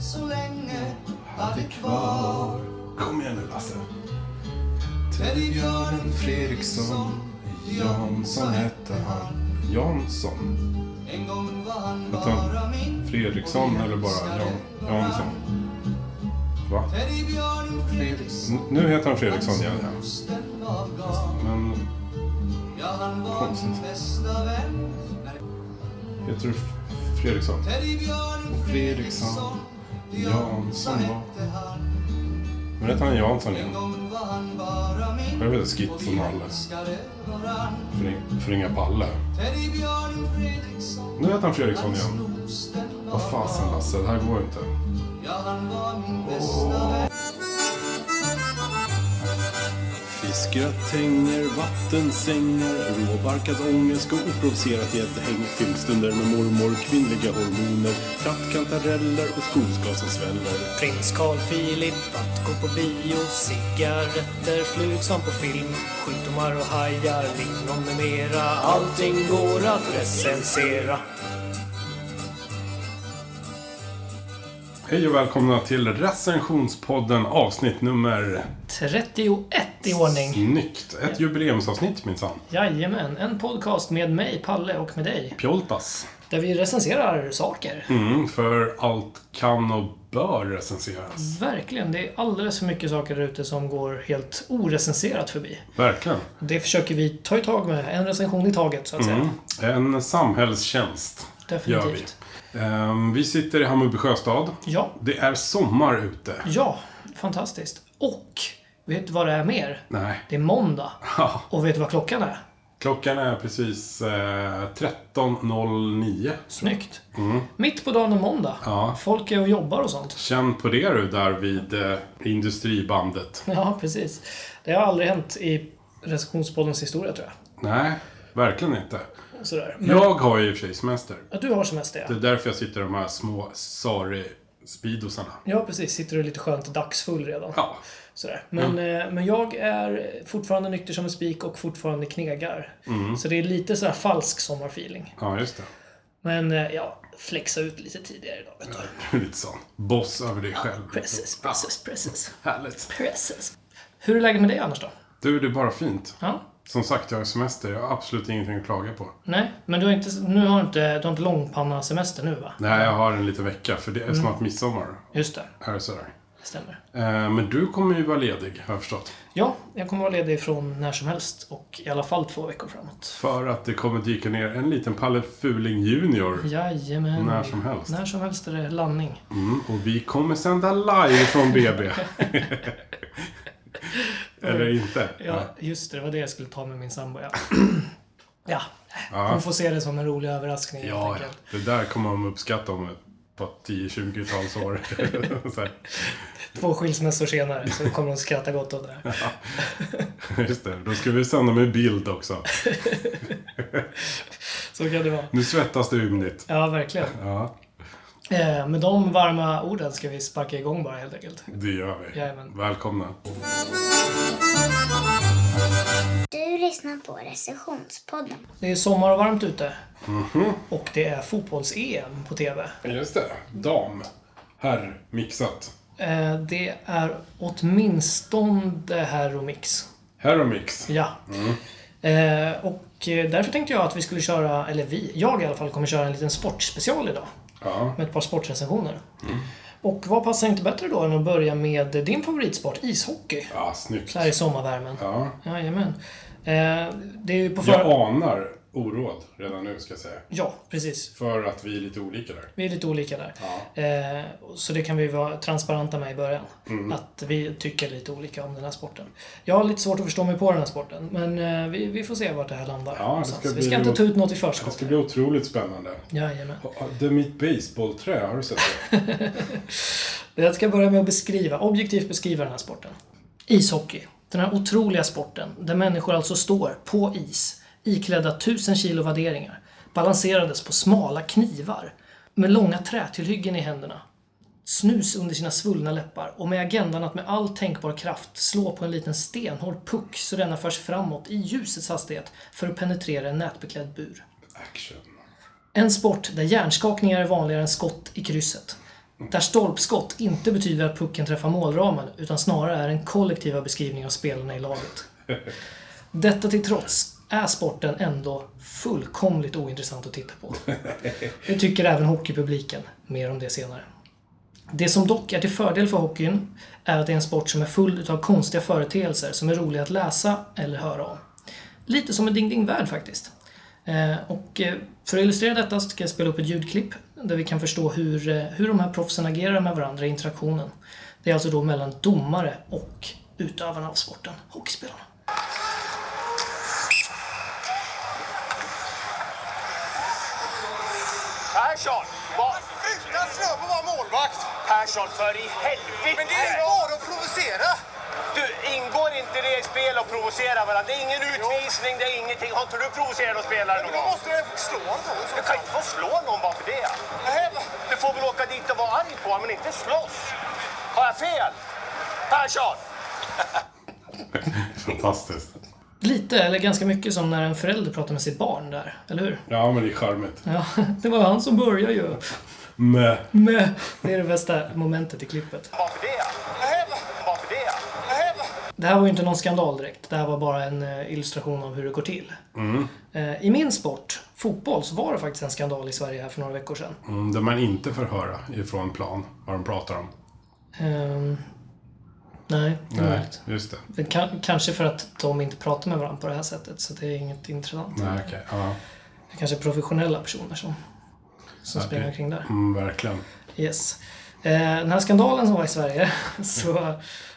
Så länge var det kvar Kom igen nu Lasse. Björn Fredriksson Jansson hette han. Jansson? En gång var han Vänta. bara min Fredriksson eller bara Jan, Jansson? Va? Teddy Björn Fredriksson N- Nu heter han Fredriksson igen. ja. Rösten var gal. Men Ja, han var min Konstigt. bästa vän heter du F- Fredriksson? Teddy Björn Fredriksson Fredriksson. Jansson var- hette han Nu heter han Jansson En igen. gång var han bara min Jag vet inte, Och skit vi som Nalle. älskade varann För- För inga Palle. Teddy Björn Fredriksson Nu heter han Fredriksson Hans igen. nos, den var Vad fasen gal. Lasse, det här går inte. Ja, han var min bästa Åh. vän Fiskgratänger, vattensängar, råbarkad ångest och oprovocerat gäddhäng. Filmstunder med mormor, kvinnliga hormoner, trattkantareller och skogsgas som sväller. Prins Carl Philip att gå på bio Cigaretter, flug som på film Sjukdomar och hajar, lingon med mera Allting går att recensera Hej och välkomna till recensionspodden avsnitt nummer... 31 i ordning. Snyggt! Ett jubileumsavsnitt minsann. Jajamän, en podcast med mig, Palle och med dig. Pjoltas. Där vi recenserar saker. Mm, för allt kan och bör recenseras. Verkligen, det är alldeles för mycket saker där ute som går helt orecenserat förbi. Verkligen. Det försöker vi ta i tag med, en recension i taget så att säga. En samhällstjänst Mm. gör vi. Definitivt. Ehm, vi sitter i Hammarby sjöstad. Ja, Det är sommar ute. ja, fantastiskt. Och, vet du vad det är mer? Nej. Det är måndag. Ja, Och vet du vad klockan är? klockan är precis eh, 13.09. Snyggt. Mitt på dagen en måndag. Mm. Ja. Folk är och jobbar och sånt. Känn på det du där vid eh, industribandet. Ja, precis. Det har aldrig hänt i recensionspoddens historia tror Nej, verkligen inte. jag. Sådär. Men Jag har ju i och för sig semester. att du har semester Det ja. är därför jag sitter i de här små sari speedosarna. Ja, precis. Sitter du lite skönt dagsfull redan. Ja, Mm. Sådär. Men, eh, men jag är fortfarande nykter som en spik och fortfarande knegar. Mm. Så det är lite sådär falsk sommarfeeling. ja just det. Men eh, ja, flexa ut lite tidigare idag. Vet du. Du är lite sån boss över dig själv. Precis, precis, precis. Härligt. Precis. Hur är läget med dig annars då? Du, det är bara fint. Ja? Som sagt, jag har semester. Jag har absolut ingenting att klaga på. Nej, men du har inte, nu har du inte, du har inte långpanna-semester nu va? Nej, jag har en liten vecka, för det är snart midsommar. Just det, Här och sådär. det stämmer. Eh, men du kommer ju vara ledig, har jag förstått. Ja, jag kommer vara ledig från när som helst och i alla fall två veckor framåt. För att det kommer dyka ner en liten Palle Fuling Junior Mm. Jajamän. när som helst. När som helst är det landning. Mm, och vi kommer sända live från BB. Eller inte. Ja, just det. Det var det jag skulle ta med min sambo. Ja, ja. Ja. hon får se det som en rolig överraskning helt Ja, ja. enkelt. Det där kommer de uppskatta om ett par 10-20-tals år. Så här. Två skilsmässor senare så kommer hon skratta gott åt det här. Just det, då ska vi sända med bild också. Så kan det vara. Nu svettas det ymnigt. Ja, verkligen. Ja, Eh, med de varma orden ska vi sparka igång bara helt enkelt. det gör vi. Jajamän. Välkomna. Du lyssnar på recensionspodden. Det är sommar och varmt ute. Och det är fotbolls-EM på TV. Just det, dam. Herr, mixat. Eh, Det är åtminstone Herromix. Herr och mix. Ja. Eh, Och eh, därför tänkte jag att vi skulle köra, eller vi, jag i alla fall kommer köra en liten sportspecial idag. Ja. Med ett par sportrecensioner. Och vad passar inte bättre då än att börja med din favoritsport, ishockey? Ja, snyggt. Så här i sommarvärmen. Ja. Jajamän. Eh, Det är ju på för... Jag anar oråd redan nu, ska jag säga. Ja, precis. För att vi är lite olika där. Vi är lite olika där. Ja. Eh, så det kan vi vara transparenta med i början. Mm. Att vi tycker lite olika om den här sporten. Jag har lite svårt att förstå mig på den här sporten, men eh, vi, vi får se vart det här landar. det någonstans. ska vi ska bli- inte ta ut något i Det förskott. ska bli otroligt spännande. Jajamän. Det är mitt baseballträ, har du sett det? Jag ska börja med att beskriva, objektivt beskriva den här sporten. Ishockey. Den här otroliga sporten där människor alltså står på is iklädda tusen kilo värderingar balanserades på smala knivar med långa trätillhyggen i händerna snus under sina svullna läppar och med agendan att med all tänkbar kraft slå på en liten stenhård puck så denna förs framåt i ljusets hastighet för att penetrera en nätbeklädd bur. Action. En sport där hjärnskakningar är vanligare än skott i krysset. Där stolpskott inte betyder att pucken träffar målramen, utan snarare är den kollektiva beskrivning av spelarna i laget. Detta till trots är sporten ändå fullkomligt ointressant att titta på. Det tycker även hockeypubliken. Mer om det senare. Det som dock är till fördel för hockeyn är att det är en sport som är full av konstiga företeelser som är roliga att läsa eller höra om. Lite som en Ding Ding-värld faktiskt. Eh, Och eh, för att illustrera detta så ska jag spela upp ett ljudklipp där vi kan förstå hur, eh, hur de här proffsen agerar med varandra i interaktionen. Det är alltså då mellan domare och utövarna av sporten, hockeyspelarna. Persson! Vad? Sluta slå på vår målvakt! Persson, för i helvete! Men det är bara att provocera! Du, ingår inte det i spel att provocera varandra? Det är ingen utvisning, det är ingenting. Har inte du provocerat någon spelare Men någon då gång? måste jag slå honom då i så Du kan fall. inte få slå någon bara för det. Nej, men Du får väl åka dit och vara arg på honom, men inte slåss. Har jag fel? Persson! Fantastiskt. Lite, eller ganska mycket, som när en förälder pratar med sitt barn där, eller hur? Ja, men det är charmigt. Ja, det var han som började ju. Mö. Med. Det är det bästa momentet i klippet. Bara för det. nej, men Bara för det. nej, men Det här var ju inte någon skandal direkt. Det här var bara en eh, illustration av hur det går till. Mm. Eh, I min sport, fotboll, så var det faktiskt en skandal i Sverige här för några veckor sedan. Mm, där man inte får höra ifrån plan vad de pratar om. Ehm, nej, det är Nej, möjligt. Eh, just det. Det kan, kanske för att de inte pratar med varandra på det här sättet, så det är inget intressant. Nej, okej. Ja. Det kanske är professionella personer som, som Ja, springer det- omkring där. Mm, verkligen. Yes. Eh, Den här skandalen som var i Sverige så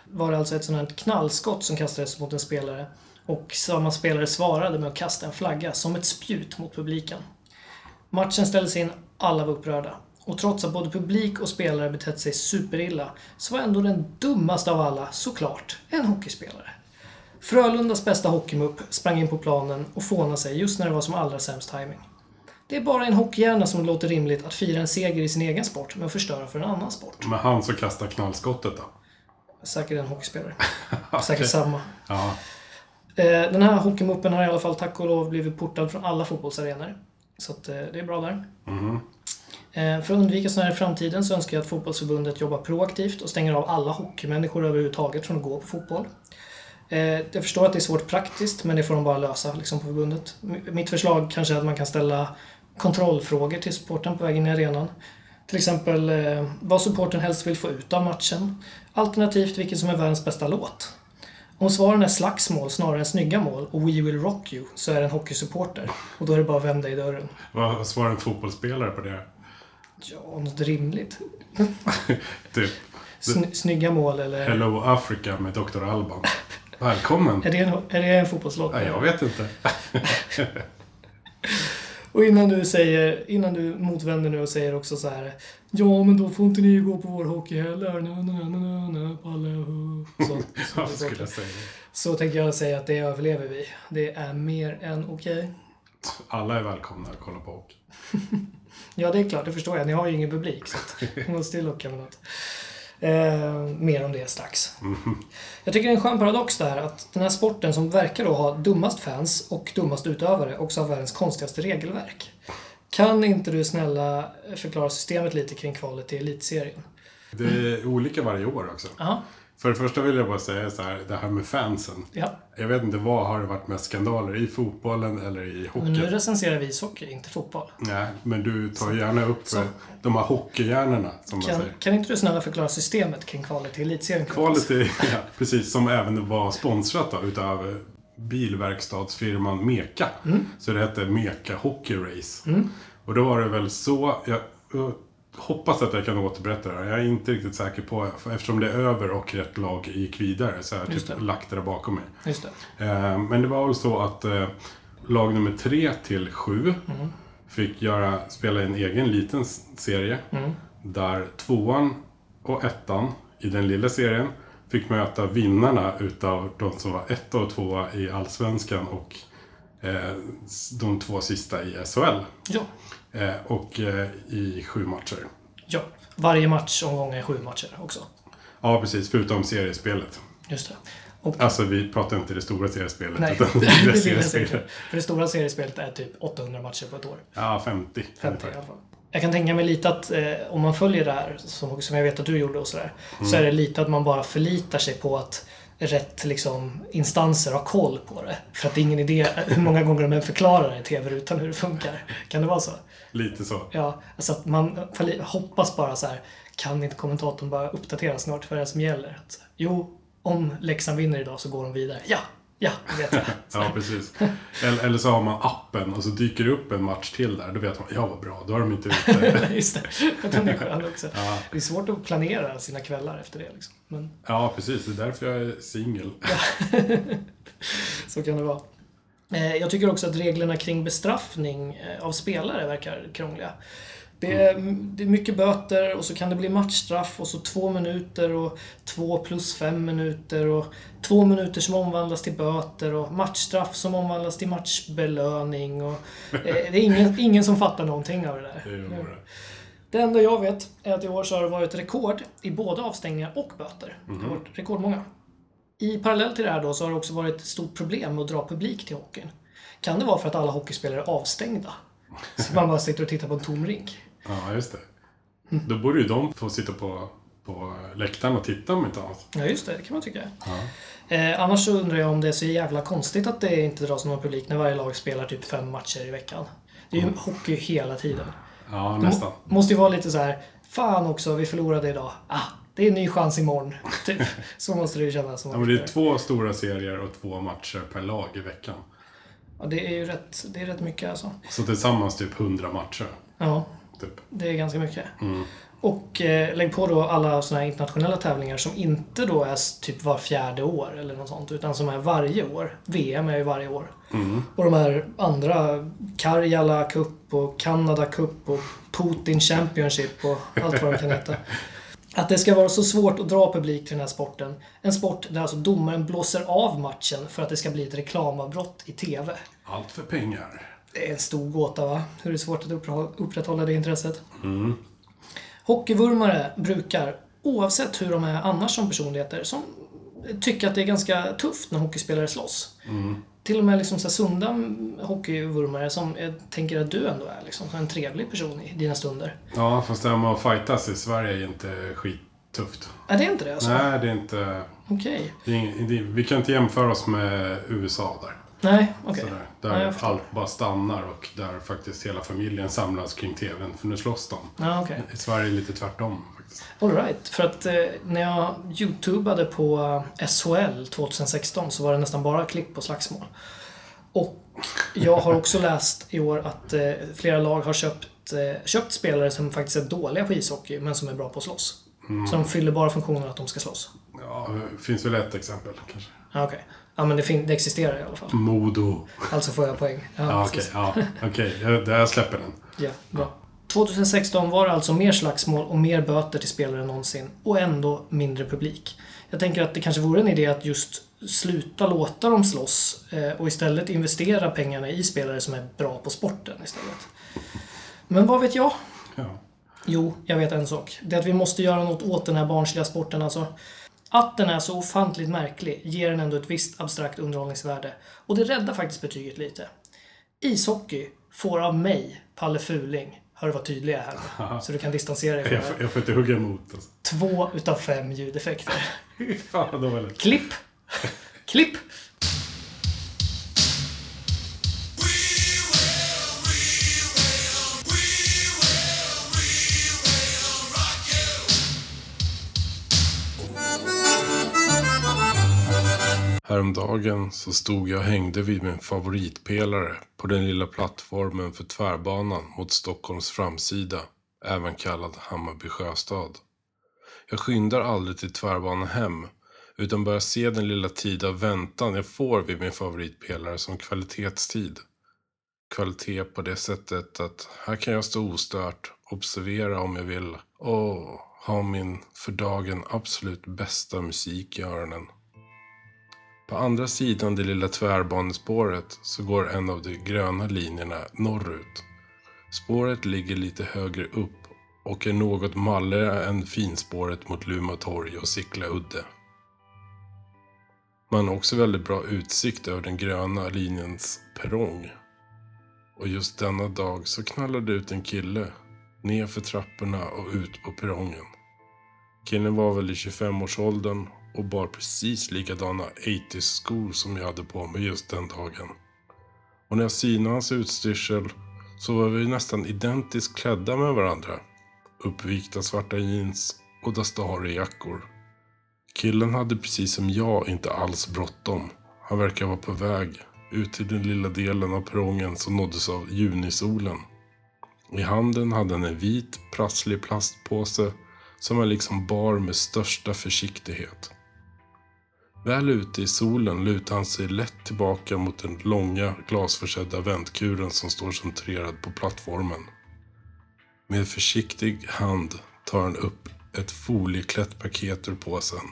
var det alltså ett sånt här knallskott som kastades mot en spelare och samma spelare svarade med att kasta en flagga som ett spjut mot publiken. Matchen ställdes in, alla var upprörda. Och trots att både publik och spelare betett sig superilla så var ändå den dummaste av alla, såklart, en hockeyspelare. Frölundas bästa hockeymupp sprang in på planen och fånade sig just när det var som allra sämst timing. Det är bara en hockeyhjärna som låter rimligt att fira en seger i sin egen sport men förstöra för en annan sport. Men han som kastar knallskottet då? Säkert en hockeyspelare. Okej. Säkert samma. Ja. Eh, Den här hockeymuppen har i alla fall tack och lov blivit portad från alla fotbollsarenor. Så att, eh, det är bra där. Eh, För att undvika sådana här i framtiden så önskar jag att fotbollsförbundet jobbar proaktivt och stänger av alla hockeymänniskor överhuvudtaget från att gå på fotboll. Eh, Jag förstår att det är svårt praktiskt, men det får de bara lösa liksom, på förbundet. M- Mitt förslag kanske är att man kan ställa kontrollfrågor till supporten på väg in i arenan. Till exempel eh, vad supporten helst vill få ut av matchen. Alternativt vilken som är världens bästa låt. Om svaren är slagsmål snarare än snygga mål och We Will Rock You så är det en hockeysupporter. Och då är det bara att vända i dörren. Vad svarar en fotbollsspelare på det? Ja, något rimligt. Typ Sny- snygga mål eller... Hello Africa med Dr. Alban. Välkommen! Är det en, är det en fotbollslåt? Nej, jag vet inte. Och innan du säger, innan du motvänder nu och säger också så här. Ja, men då får inte ni gå på vår hockey heller. Na, na, na, na, na, palle, hu." så, så, Vad så, skulle jag säga? så tänker jag säga att det överlever vi. Det är mer än okej. Alla är välkomna att kolla på hockey. Ja, det är klart, det förstår jag. Ni har ju ingen publik, så att ni måste ju lucka med något. Eh, mer om det strax. Jag tycker det är en skön paradox där att den här sporten som verkar då ha dummast fans och dummast utövare också har världens konstigaste regelverk. Kan inte du snälla förklara systemet lite kring kvalet till elitserien? Det är olika varje år också. Ja, För det första vill jag bara säga så här, det här med fansen. ja. Jag vet inte vad har det varit mest skandaler i fotbollen eller i Men nu hockeyn? recenserar vi ishockey, inte fotboll. Nej, men du tar gärna upp eh, de här hockeyhjärnorna som man Kan, säger. kan inte du snälla förklara systemet kring kvalet till elitserien? Kvalet är, ja, precis, som även var sponsrat då, utav eh, bilverkstadsfirman Meka. Mm. Så det hette Meka Hockey Race. Och då var det väl så, jag, jag hoppas att jag kan återberätta det här. Jag är inte riktigt säker på, för eftersom det är över och rätt lag gick vidare så har jag Just typ det. lagt det där bakom mig. Just det. Eh, Men det var väl så att eh, lag nummer tre till sju fick göra, spela en egen liten s- serie. Där tvåan och ettan i den lilla serien fick möta vinnarna utav de som var etta och tvåa i Allsvenskan och eh, s- de två sista i SHL. Ja. Eh, och eh, i sju matcher. ja. Varje match omgång är sju matcher också. Ja, precis. Förutom seriespelet. Just det. Och Alltså, vi pratar inte det stora seriespelet. Nej, utan det det lilla lilla seriespelet. seriespelet. För det stora seriespelet är typ 800 matcher på ett år. Ja, 50. 50 i ungefär. alla fall. Jag kan tänka mig lite att eh, om man följer det här, som, som jag vet att du gjorde och sådär, så är det lite att man bara förlitar sig på att rätt liksom, instanser har koll på det. För att det är ingen idé hur många gånger de än förklarar det i TV-rutan hur det funkar. Kan det vara så? Lite så. Ja, alltså att man förli- hoppas bara så här, kan inte kommentatorn bara uppdatera snart för det är som gäller? Att så här, jo, om Leksand vinner idag så går de vidare. Ja, ja, det vet jag. Så här. Ja, precis. Eller, eller så har man appen och så dyker det upp en match till där. Då vet man, ja vad bra, då har de inte ute. Just det. Jag tror det är skön också. Det är svårt att planera sina kvällar efter det. Liksom. Men Ja, precis. Det är därför jag är singel. så kan det vara. Eh, Jag tycker också att reglerna kring bestraffning eh, av spelare verkar krångliga. Det är, det är mycket böter och så kan det bli matchstraff och så två minuter och två plus fem minuter och två minuter som omvandlas till böter och matchstraff som omvandlas till matchbelöning. Och, eh, det är ingen, ingen som fattar någonting av det där. Det är ju bara- Det enda jag vet är att i år så har det varit rekord i både avstängningar och böter. Det har varit rekordmånga. I parallell till det här då så har det också varit ett stort problem med att dra publik till hockeyn. Kan det vara för att alla hockeyspelare är avstängda? Så man bara sitter och tittar på en tom rink. Ja, just det. Då borde ju de få sitta på, på läktaren och titta om inte annat. Ja, just det. Det kan man tycka. Eh, annars så undrar jag om det är så jävla konstigt att det inte dras någon publik när varje lag spelar typ fem matcher i veckan. Det är ju hockey hela tiden. Ja, nästan. Må- Måste ju vara lite så här. Fan också, vi förlorade idag. Ah, det är en ny chans imorgon. Typ. Så måste det ju kännas. Som Ja, men det är två stora serier och två matcher per lag i veckan. ja, det är ju rätt, det är rätt mycket alltså. Så tillsammans typ 100 matcher. Ja, Typ. det är ganska mycket. Och eh, lägg på då alla såna här internationella tävlingar som inte då är s- typ var fjärde år eller något sånt. Utan som är varje år. VM är ju varje år. Och de här andra, Karjala Cup och Kanada Cup och Putin Championship och allt vad de kan heta. Att det ska vara så svårt att dra publik till den här sporten. En sport där alltså domaren blåser av matchen för att det ska bli ett reklamavbrott i TV. Allt för pengar. Det är en stor gåta va? Hur det är svårt att uppra- upprätthålla det intresset. Mm. Hockeyvurmare brukar, oavsett hur de är annars som personligheter, som tycka att det är ganska tufft när hockeyspelare slåss. Mm. Till och med liksom så här sunda mm, hockeyvurmare som jag tänker att du ändå är. Liksom, en trevlig person i dina stunder. Ja, fast det här med att fightas i Sverige är inte skittufft. Är det inte det alltså? Nej, det är inte... Okej. Det är, ing- det, vi kan inte jämföra oss med USA där. Nej, okej. Sådär. Nej, Där jag förstår. allt bara stannar och där faktiskt hela familjen samlas kring TVn, för nu slåss de. Ja, okej. I Sverige är det lite tvärtom faktiskt. All right, för att eh, när jag youtubade på eh, SHL 2016 så var det nästan bara klipp på slagsmål. Och jag har också läst i år att eh, flera lag har köpt, eh, köpt spelare som faktiskt är dåliga på ishockey men som är bra på att slåss. Mm. Så de fyller bara funktionen att de ska slåss. Ja, det finns väl ett exempel kanske. Ah, Okej. Ja, men det, fin- det existerar i alla fall. Modo. Alltså får jag poäng. Ja, Mm. Ja, precis. okej. Ja, okej. Jag, jag släpper den. Ja, bra. 2016 var det alltså mer slagsmål och mer böter till spelare än någonsin och ändå mindre publik. Jag tänker att det kanske vore en idé att just sluta låta dem slåss eh, och istället investera pengarna i spelare som är bra på sporten istället. Men vad vet jag? Ja. Jo, jag vet en sak. Det är att vi måste göra något åt den här barnsliga sporten alltså. Att den är så ofantligt märklig ger den ändå ett visst abstrakt underhållningsvärde. Och det räddar faktiskt betyget lite. Ishockey får av mig, Palle Fuling, hör du vad tydlig jag är här Så du kan distansera dig från det Jag, får- här. jag får inte hugga emot. Alltså. Två utav fem ljudeffekter. Fy Fan vad dåligt. Klipp! Klipp! Häromdagen så stod jag och hängde vid min favoritpelare på den lilla plattformen för tvärbanan mot Stockholms framsida, även kallad Hammarby sjöstad. Jag skyndar aldrig till tvärbanan hem, utan börjar se den lilla tid av väntan jag får vid min favoritpelare som kvalitetstid. Kvalitet på det sättet att här kan jag stå ostört, observera om jag vill och ha min för dagen absolut bästa musik i öronen. På andra sidan det lilla tvärbanespåret så går en av de gröna linjerna norrut. Spåret ligger lite högre upp och är något malligare än finspåret mot Luma torg och Sickla udde. Man har också väldigt bra utsikt över den gröna linjens perrong. Och just denna dag så knallade ut en kille ner för trapporna och ut på perrongen. Killen var väl i 25-årsåldern och bar precis likadana 80s-skor som jag hade på mig just den dagen. Och när jag synade hans utstyrsel så var vi nästan identiskt klädda med varandra. Uppvikta svarta jeans och Dastari-jackor. Killen hade precis som jag inte alls bråttom. Han verkar vara på väg ut till den lilla delen av perrongen som nåddes av junisolen. I handen hade han en vit, prasslig plastpåse som han liksom bar med största försiktighet. Väl ute i solen lutar han sig lätt tillbaka mot den långa, glasförsedda väntkuren som står centrerad på plattformen. Med försiktig hand tar han upp ett folieklätt paket ur påsen.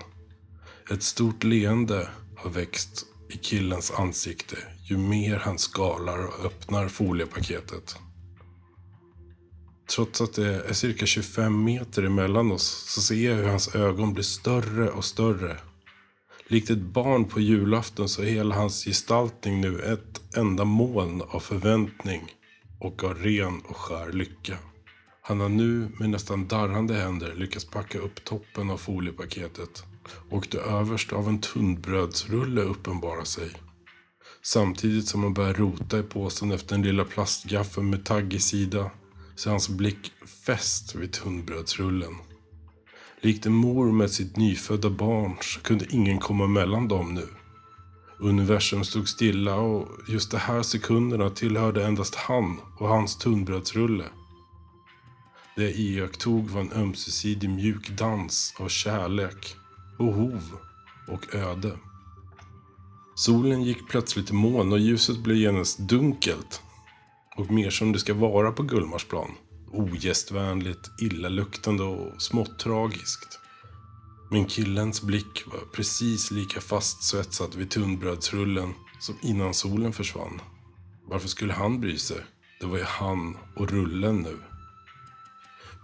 Ett stort leende har växt i killens ansikte ju mer han skalar och öppnar foliepaketet. Trots att det är cirka 25 meter emellan oss så ser jag hur hans ögon blir större och större. Likt ett barn på julafton så är hela hans gestaltning nu ett enda moln av förväntning och av ren och skär lycka. Han har nu med nästan darrande händer lyckats packa upp toppen av foliepaketet och det översta av en tunnbrödsrulle uppenbarar sig. Samtidigt som han börjar rota i påsen efter den lilla plastgaffeln med taggig sida så är hans blick fäst vid tunnbrödsrullen. Likt en mor med sitt nyfödda barn så kunde ingen komma mellan dem nu. Universum stod stilla och just de här sekunderna tillhörde endast han och hans tunnbrödsrulle. Det jag iakttog var en ömsesidig mjuk dans av kärlek, behov och öde. Solen gick plötsligt i moln och ljuset blev genast dunkelt och mer som det ska vara på Gullmarsplan. Ogästvänligt, illaluktande och smått tragiskt. Men killens blick var precis lika fastsvetsad vid tunnbrödsrullen som innan solen försvann. Varför skulle han bry sig? Det var ju han och rullen nu.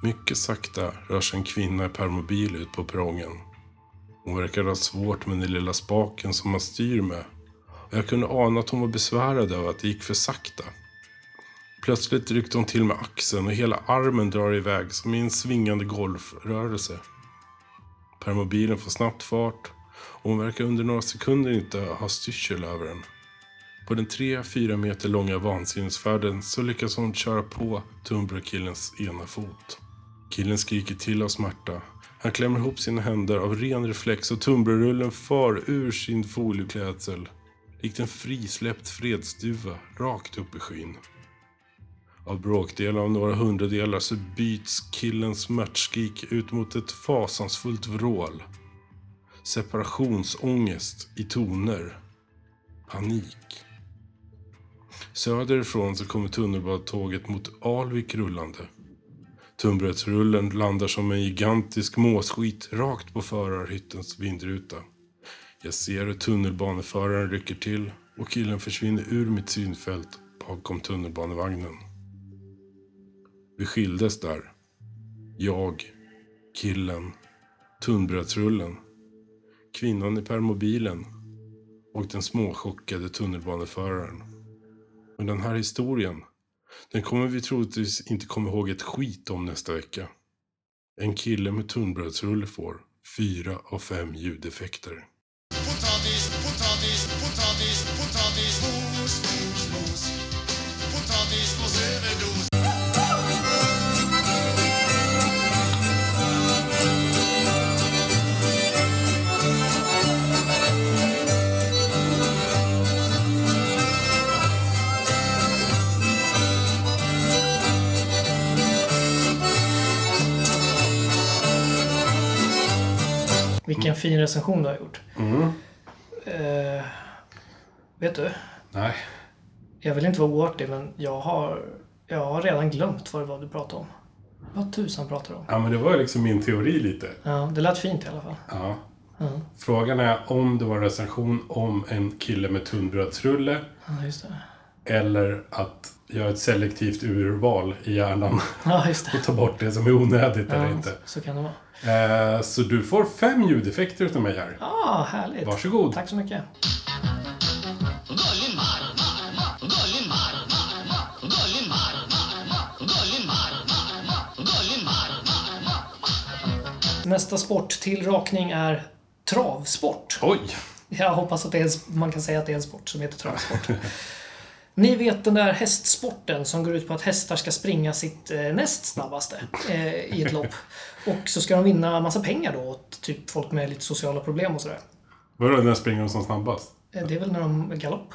Mycket sakta rör sig en kvinna i permobil ut på perrongen. Hon verkar ha svårt med den lilla spaken som man styr med. Och jag kunde ana att hon var besvärad över att det gick för sakta. Plötsligt ryckte hon till med axeln och hela armen drar iväg som i en svingande golfrörelse. Permobilen får snabbt fart och hon verkar under några sekunder inte ha styrsel över den. På den 3-4 meter långa vansinnesfärden så lyckas hon köra på Tumbra-killens ena fot. Killen skriker till av smärta. Han klämmer ihop sina händer av ren reflex och Tumbra-rullen far ur sin folieklädsel. Likt en frisläppt fredsduva rakt upp i skyn. Av bråkdelar av några hundradelar så byts killens smärtskrik ut mot ett fasansfullt vrål. Separationsångest i toner. Panik. Söderifrån så kommer tunnelbanetåget mot Alvik rullande. Tunnbrödsrullen landar som en gigantisk måsskit rakt på förarhyttens vindruta. Jag ser hur tunnelbaneföraren rycker till och killen försvinner ur mitt synfält bakom tunnelbanevagnen. Vi skildes där. Jag, killen, tunnbrödsrullen, kvinnan i permobilen och den småchockade tunnelbaneföraren. Men den här historien, den kommer vi troligtvis inte komma ihåg ett skit om nästa vecka. En kille med tunnbrödsrulle får fyra av fem ljudeffekter. Potatis, potatis, potatis, potatis, mos, mos, mos. Potatismos överdos. Vilken fin recension du har gjort. Mm. Eh, vet du? Nej. Jag vill inte vara oartig, men jag har, jag har redan glömt vad det var du pratade om. Vad tusan pratar du om? Ja, men det var liksom min teori lite. Ja, det lät fint i alla fall. Ja. Frågan är om det var en recension om en kille med tunnbrödsrulle Ja, just det. eller att göra ett selektivt urval i hjärnan Ja, just det. och ta bort det som är onödigt eller Ja, inte. så kan det vara. Eh, så du får fem ljudeffekter utav mig här. Ah, härligt. Varsågod. Tack så mycket. Gullin varma, gullin varma, gullin varma, gullin varma, nästa sport till rakning är travsport. Oj! Jag hoppas att det är, en sp- man kan säga att det är en sport som heter travsport. Ni vet den där hästsporten som går ut på att hästar ska springa sitt eh, näst snabbaste eh, i ett lopp. Och så ska de vinna massa pengar då åt typ folk med lite sociala problem och sådär. Vadå, när springer de som snabbast? Eh, Det är väl när de galopp?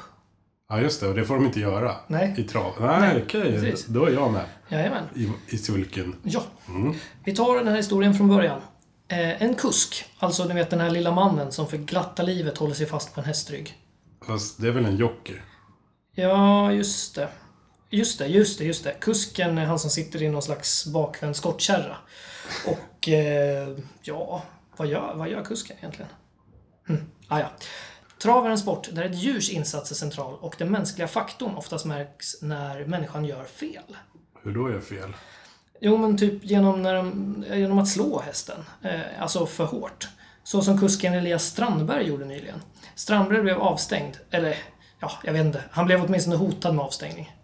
Ja, just det. Och det får de inte göra. Nej. I trav. Nej, Nej, okej. precis. Då är jag med. Jajamän. I, i sulken. Ja. Vi tar den här historien från början. Eh, en kusk, alltså ni vet den här lilla mannen som för glatta livet håller sig fast på en hästrygg. Fast det är väl en jockey? Ja, just det. Just det, just det, just det. Kusken är han som sitter i någon slags bakvänd skottkärra. Och eh, ja, vad gör, vad gör kusken egentligen? Hm. Ah, ja. Trav är en sport där ett djurs insats är central och den mänskliga faktorn oftast märks när människan gör fel. Hur då är jag fel? Jo, men typ genom, när de, eh, genom att slå hästen. Eh, alltså för hårt. Så som kusken Elias Strandberg gjorde nyligen. Strandberg blev avstängd. Eller, ja, jag vet inte. Han blev åtminstone hotad med avstängning.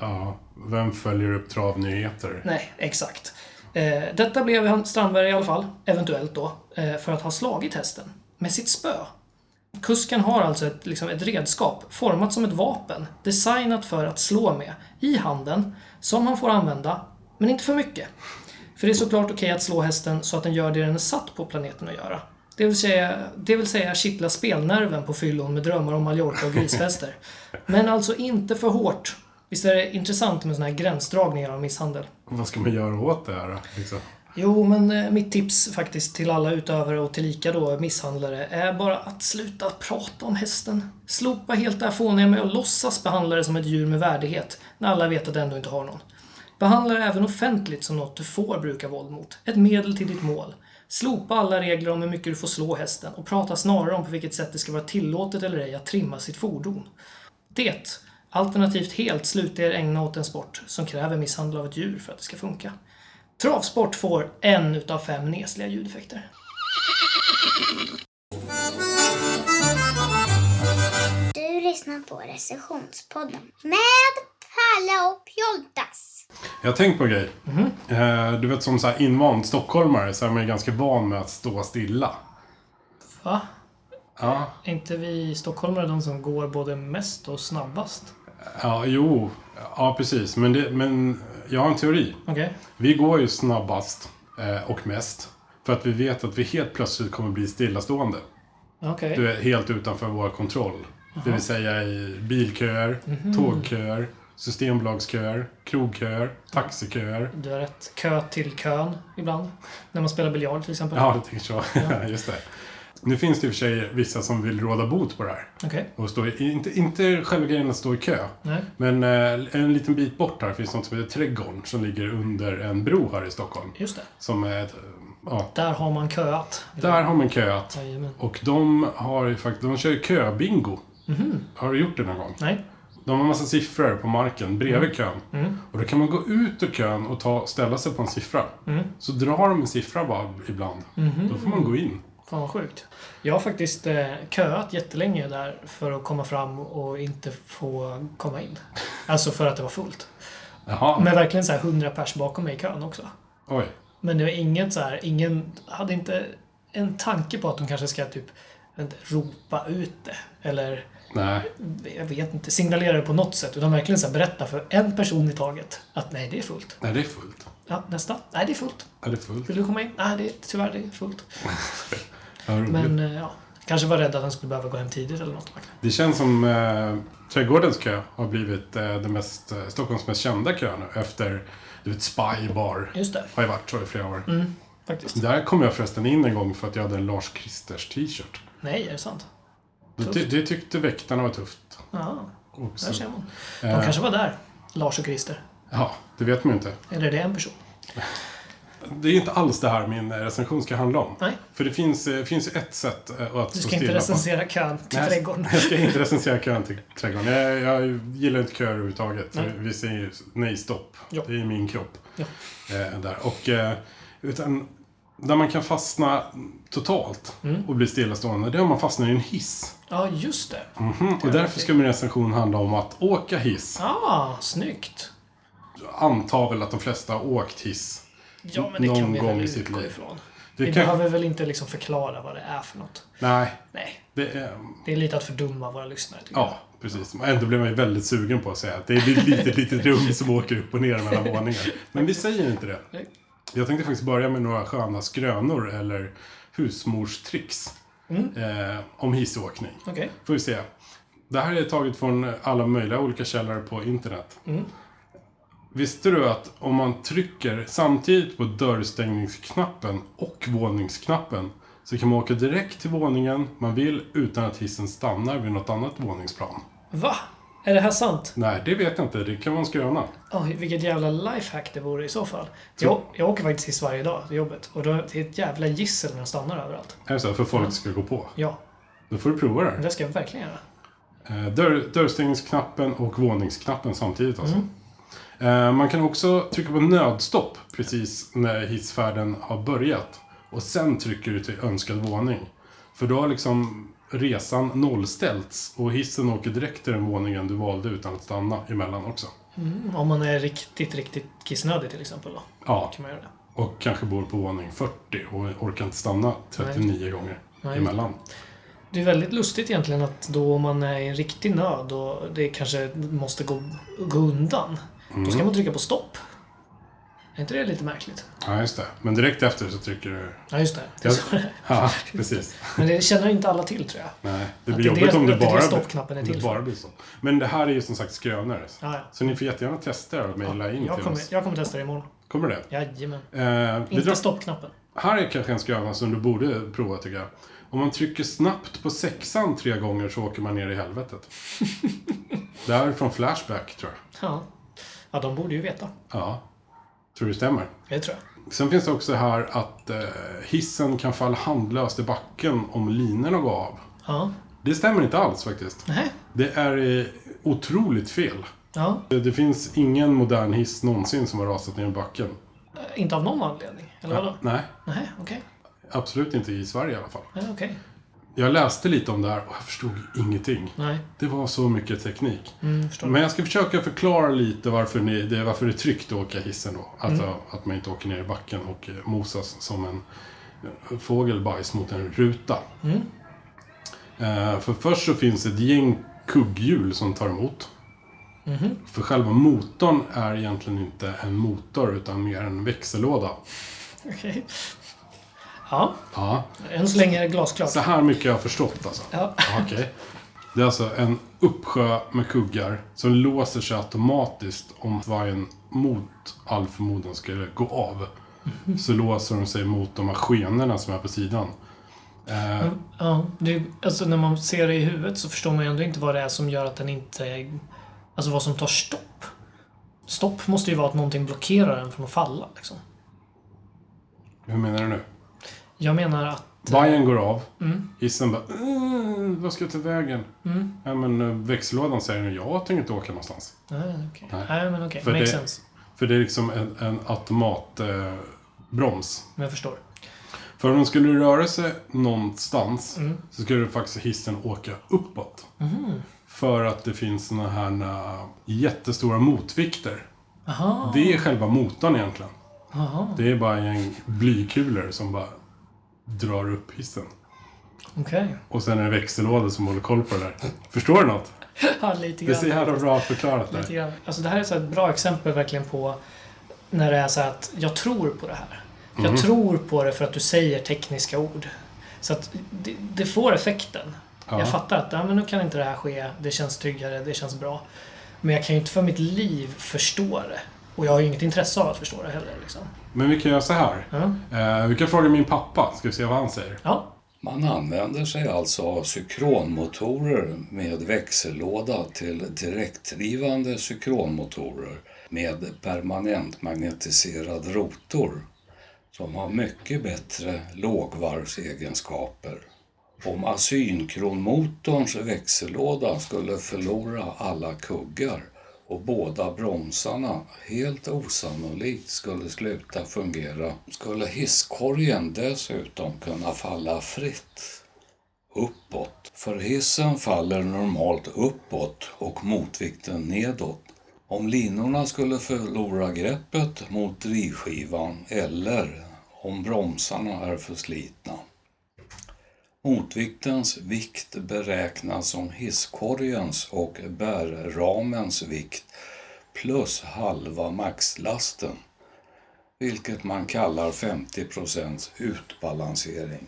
Ja. Vem följer upp travnyheter? Nej, exakt. Eh, detta blev han Strandberg i alla fall, eventuellt då, eh, för att ha slagit hästen med sitt spö. Kusken har alltså ett, liksom ett redskap format som ett vapen, designat för att slå med, i handen, som han får använda, men inte för mycket. För det är såklart okej att slå hästen så att den gör det den är satt på planeten att göra. Det vill säga, det vill säga kittla spelnerven på fyllon med drömmar om Mallorca och grisfester. Men alltså inte för hårt. Visst är det intressant med såna här gränsdragningar av misshandel? Vad ska man göra åt det här då, liksom? Jo, men eh, mitt tips faktiskt till alla utövare och tillika då misshandlare är bara att sluta prata om hästen. Slopa helt det här fåniga med att låtsas behandla det som ett djur med värdighet, när alla vet att det ändå inte har någon. Behandla det även offentligt som något du får bruka våld mot, ett medel till ditt mål. Slopa alla regler om hur mycket du får slå hästen och prata snarare om på vilket sätt det ska vara tillåtet eller ej att trimma sitt fordon. Det, alternativt helt, sluta er ägna åt en sport som kräver misshandel av ett djur för att det ska funka. Travsport får en utav fem nesliga ljudeffekter. Du lyssnar på Recessionspodden med Palle och Pjoltas. Jag har tänkt på en grej. Mhm. Eh, du vet som så här invand stockholmare så är man ju ganska van med att stå stilla. Va? Ja, Är inte vi stockholmare de som går både mest och snabbast? ja jo. Ja, precis. Men, det, men jag har en teori. Okej. Vi går ju snabbast eh, och mest. För att vi vet att vi helt plötsligt kommer bli stillastående. Okej. Du är helt utanför vår kontroll. Det vill säga i bilköer, tågköer, systembolagsköer, krogköer, taxiköer. Du har rätt. Kö till kön ibland. När man spelar biljard till exempel. Ja, det tänker så. Just det. Nu finns det i och för sig vissa som vill råda bot på det här. Okej. Och stå i, inte, inte själva grejen att stå i kö. Nej. Men eh, en liten bit bort här finns något som heter Trädgården som ligger under en bro här i Stockholm. Just det. Som är ett, ja, Där har man köat. där har man köat. Jajamän. Och de har ju faktiskt, de kör ju köbingo. Har du gjort det någon gång? Nej. De har massa siffror på marken bredvid Mm. kön. Och då kan man gå ut ur kön och ta, ställa sig på en siffra. Mm. Så drar de en siffra bara ibland. Mhm. Då får man gå in. Fan vad sjukt. Jag har faktiskt eh, köat jättelänge där för att komma fram och inte få komma in. Alltså för att det var fullt. Jaha, Men verkligen så här 100 pers bakom mig i kön också. oj. Men det var inget så här, ingen hade inte en tanke på att de kanske ska typ jag vet inte, ropa ut det. Eller Nej, jag vet inte, signalera det på något sätt. Utan verkligen så här, berätta för en person i taget att nej, det är fullt. nej, det är fullt. Ja, nästa. Nej, det är fullt. Är det fullt? Vill du komma in? Nej, det är, tyvärr, det är fullt. Ja, roligt. Men eh, ja, kanske var rädd att han skulle behöva gå hem tidigt eller något. Det känns som eh, Trädgårdens kö har blivit eh, den mest, eh, Stockholms mest kända kö nu efter du vet, Spy Bar. Just Mm. det, Har jag varit så i flera år. faktiskt. Där kom jag förresten in en gång för att jag hade en Lars Kristers t-shirt. Nej, är det sant? Det, ty- det tyckte väktarna var tufft. Ja, Och där så, ser man. Mm. De kanske var där, Lars och Christer. ja, det vet man ju inte. Eller är det en person? Det är inte alls det här min eh, recension ska handla om. Nej. För det finns, eh, finns ju ett sätt eh, att Du stå ska stilla inte på. recensera kön till Nej, trädgården. Jag ska inte recensera kön till trädgården. Jag, jag gillar inte köer överhuvudtaget. Vi säger ju nej, stopp. Ja. Det är min kropp. Ja. Eh, där. Och, eh, utan, där man kan fastna totalt Mm. och bli stillastående, det är om man fastnar i en hiss. Ja, just det. Mm, Och därför ska min recension handla om att åka hiss. Ah, snyggt. Antar väl att de flesta har åkt hiss. Ja, men det Någon kan vi gång väl i sitt utgå liv. ifrån. Det Vi kan- behöver väl inte liksom förklara vad det är för något. Nej, Nej, det är... det är lite att fördumma våra lyssnare. tycker Ja, precis. Men Ändå blir man ju väldigt sugen på att säga att det är ett litet, litet rum som åker upp och ner mellan våningar. Men vi säger inte det. Nej. Jag tänkte faktiskt börja med några sköna skrönor eller husmorstricks Mm. eh, om hissåkning. jag. Okej. Får vi se. Det här är taget från alla möjliga olika källor på internet. Visste du att om man trycker samtidigt på dörrstängningsknappen och våningsknappen så kan man åka direkt till våningen man vill utan att hissen stannar vid något annat våningsplan? Va? Är det här sant? Nej, det vet jag inte. Det kan vara en skröna. Oj, vilket jävla lifehack det vore i så fall. Jag, jag åker faktiskt hiss varje dag till jobbet och då är det ett jävla gissel när den stannar överallt. Är det så här för folk ska gå på? Ja, Då får du prova det. här. det ska jag verkligen göra. Eh, Dörr, dörrstängningsknappen och våningsknappen samtidigt alltså. Mm. Eh, Man kan också trycka på nödstopp precis när hissfärden har börjat. Och sen trycker du till önskad våning. För då har liksom resan nollställts och hissen åker direkt till den våningen du valde utan att stanna emellan också. Om man är riktigt, riktigt kissnödig till exempel då, Ja, kan man göra det. och kanske bor på våning 40 och orkar inte stanna 39 gånger Nej. emellan. Det är väldigt lustigt egentligen att då om man är i en riktig nöd och det kanske måste gå, gå undan, då Mm. ska man trycka på stopp. Är inte det lite märkligt? Ja, just det. Men direkt efter så trycker du... Ja, just det. det är så. Ja, precis. Men det känner inte alla till tror jag. Nej, det blir Att det är jobbigt det- om det att det är det bara, stoppknappen är om det till bara blir stopp. Men det här är ju som sagt skrönor. Ja, ja. Så ni får jättegärna testa det och mejla in Jag till kommer, oss. jag kommer testa det imorgon. Kommer det? Jajamän. Eh, vi Inte drar, stoppknappen. här är kanske en skröna som du borde prova tycker jag. Om man trycker snabbt på sexan tre gånger så åker man ner i helvetet. det här är från Flashback tror jag. Ja. ja, de borde ju veta. Ja. Tror du det stämmer? Det tror jag. Sen finns det också här att eh, hissen kan falla handlöst i backen om linorna går av. Ja. Det stämmer inte alls faktiskt. Nej. Det är eh, otroligt fel. Ja. Det- Det finns ingen modern hiss någonsin som har rasat ner i backen. Eh, Inte av någon anledning, eller vadå? Nej, Nej, okej. absolut inte i Sverige i alla fall. Nej, okej. Jag läste lite om det här och jag förstod ingenting. Nej. Det var så mycket teknik. Mm, förstår. Men jag ska försöka förklara lite varför, ni, det, är varför det är tryggt att åka hissen då. Alltså att man inte åker ner i backen och eh, mosas som en eh, fågelbajs mot en ruta. Eh, för först så finns ett gäng kugghjul som tar emot. För själva motorn är egentligen inte en motor utan mer en växellåda. Okej. Ja, Ja, än så länge är det glasklart. så här mycket har jag förstått alltså. Ja. Ja, Okej. Det är alltså en uppsjö med kuggar som låser sig automatiskt om vajern mot all förmodan skulle gå av. Så låser de sig mot de här skenorna som är på sidan. Eh, Ja, det, är- alltså när man ser det i huvudet så förstår man ju ändå inte vad det är som gör att den inte... Alltså vad som tar stopp. Stopp måste ju vara att någonting blockerar den från att falla. Liksom. hur menar du nu? Jag menar att... Vajern går av. Hissen bara "Eh, Vad ska jag ta vägen? Ja, men eh, växellådan säger nu jag tänker inte åka någonstans. Nej, okej. Nej. Nej, men okej. För Makes det- sense. För det är liksom en, en automatbroms. Eh, broms. Men jag förstår. För om den skulle röra sig någonstans Mm. så skulle faktiskt hissen åka uppåt. Mm-hmm. För att det finns såna här eh, jättestora motvikter. Aha, Det är själva motorn egentligen. aha. Det är bara en gäng blykulor som bara drar upp hissen. okej. Och sen är det växellådor som håller koll på det där. Förstår du något? Ja, lite Det är så grann. jävla bra förklarat Lite där. grann. Alltså det här är så här ett bra exempel verkligen på när det är så här att jag tror på det här. Jag tror på det för att du säger tekniska ord. Så att det, det får effekten. Ja. Jag fattar att ja, men nu kan inte det här ske, det känns tryggare, det känns bra. Men jag kan ju inte för mitt liv förstå det. Och jag har ju inget intresse av att förstå det heller. Liksom. Men vi kan göra så här. Ja. Eh, vi kan fråga min pappa, ska vi se vad han säger. Ja. Man använder sig alltså av cykronmotorer med växellåda till direktdrivande cykronmotorer med permanent magnetiserad rotor som har mycket bättre lågvarvsegenskaper. Om asynkronmotorns växellåda skulle förlora alla kuggar och båda bromsarna helt osannolikt skulle sluta fungera skulle hisskorgen dessutom kunna falla fritt uppåt. För hissen faller normalt uppåt och motvikten nedåt. Om linorna skulle förlora greppet mot drivskivan eller om bromsarna är för slitna. Motviktens vikt beräknas som hisskorgens och bärramens vikt plus halva maxlasten, vilket man kallar 50 utbalansering.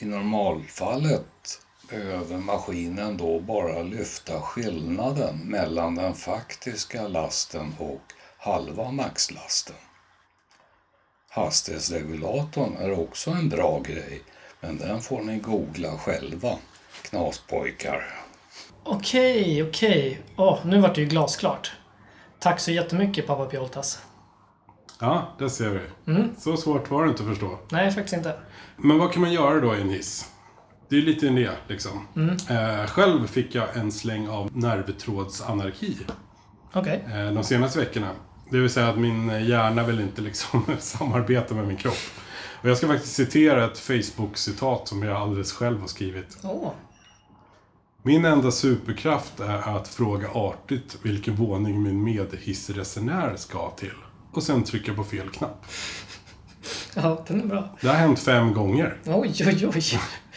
I normalfallet behöver maskinen då bara lyfta skillnaden mellan den faktiska lasten och halva maxlasten. Hastighetsregulatorn är också en bra grej, men den får ni googla själva, knaspojkar. Okej, okej. Åh, nu vart det ju glasklart. Tack så jättemycket pappa Pjoltas. Ja, det ser vi. Mm. Så svårt var det inte att förstå. Nej, faktiskt inte. Men vad kan man göra då i en hiss? Det är ju lite en idé, liksom. Eh, själv fick jag en släng av nervtrådsanarki Okej. eh, de senaste veckorna. Det vill säga att min eh, hjärna vill inte liksom samarbeta med min kropp. Och jag ska faktiskt citera ett Facebook-citat som jag alldeles själv har skrivit. Åh. Min enda superkraft är att fråga artigt vilken våning min medhissresenär ska till. Och sen trycka på fel knapp. Ja, den är bra. Det har hänt fem gånger. Oj, oj, oj.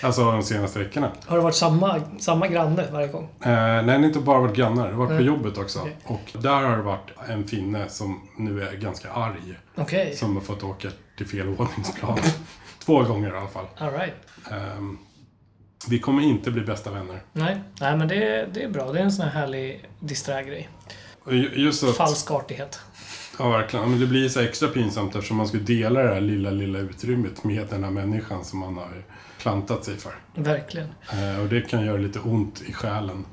Alltså de senaste veckorna. Har det varit samma, samma granne varje gång? Eh, nej, det har inte bara varit grannar. Det har varit på jobbet också. Och där har det varit en finne som nu är ganska arg. Okej. Som har fått åka till fel våningsplan. Två gånger i alla fall. All right. Ehm, vi kommer inte bli bästa vänner. Nej, Nej men det, det är bra. Det är en sån här härlig disträ grej. Och ju- Just att, Falsk artighet. Ja, verkligen. Men det blir så här extra pinsamt eftersom man skulle dela det här lilla, lilla utrymmet med den här människan som man har klantat sig för. Verkligen. Eh, Och det kan göra lite ont i själen.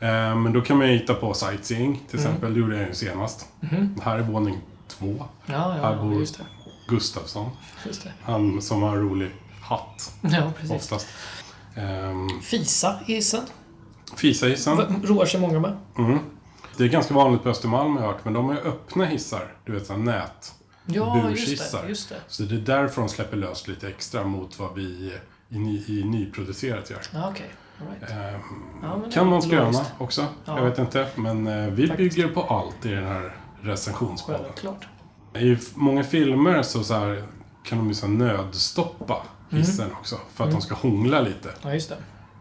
Eh, Men då kan man ju hitta på sightseeing till exempel. Det gjorde jag ju senast. Här är våning två. Ja, Här ja, bor just det. Gustafsson. Just det. Han som har en rolig hatt Ja, precis. oftast. Ehm, Fisa i hissen. Fisahissen. Va- Roar sig många med. Det är ganska vanligt på Östermalm har jag hört. Men de har ju öppna hissar. Du vet såhär nät. Ja, just Burkissar. det. Just det. Så det är därför de släpper löst lite extra mot vad vi i, ny- i nyproducerat gör. Ja, okej. All right. ja, men det Ehm, Kan man låter logiskt. skröna också? Ja. Jag vet inte. Men eh, vi Faktiskt. bygger på allt i den här recensionspodden. Självklart. I f- många filmer så, så här, kan de ju så här nödstoppa Mhm. hissen också. För att Mm. de ska hångla lite. Ja, just det.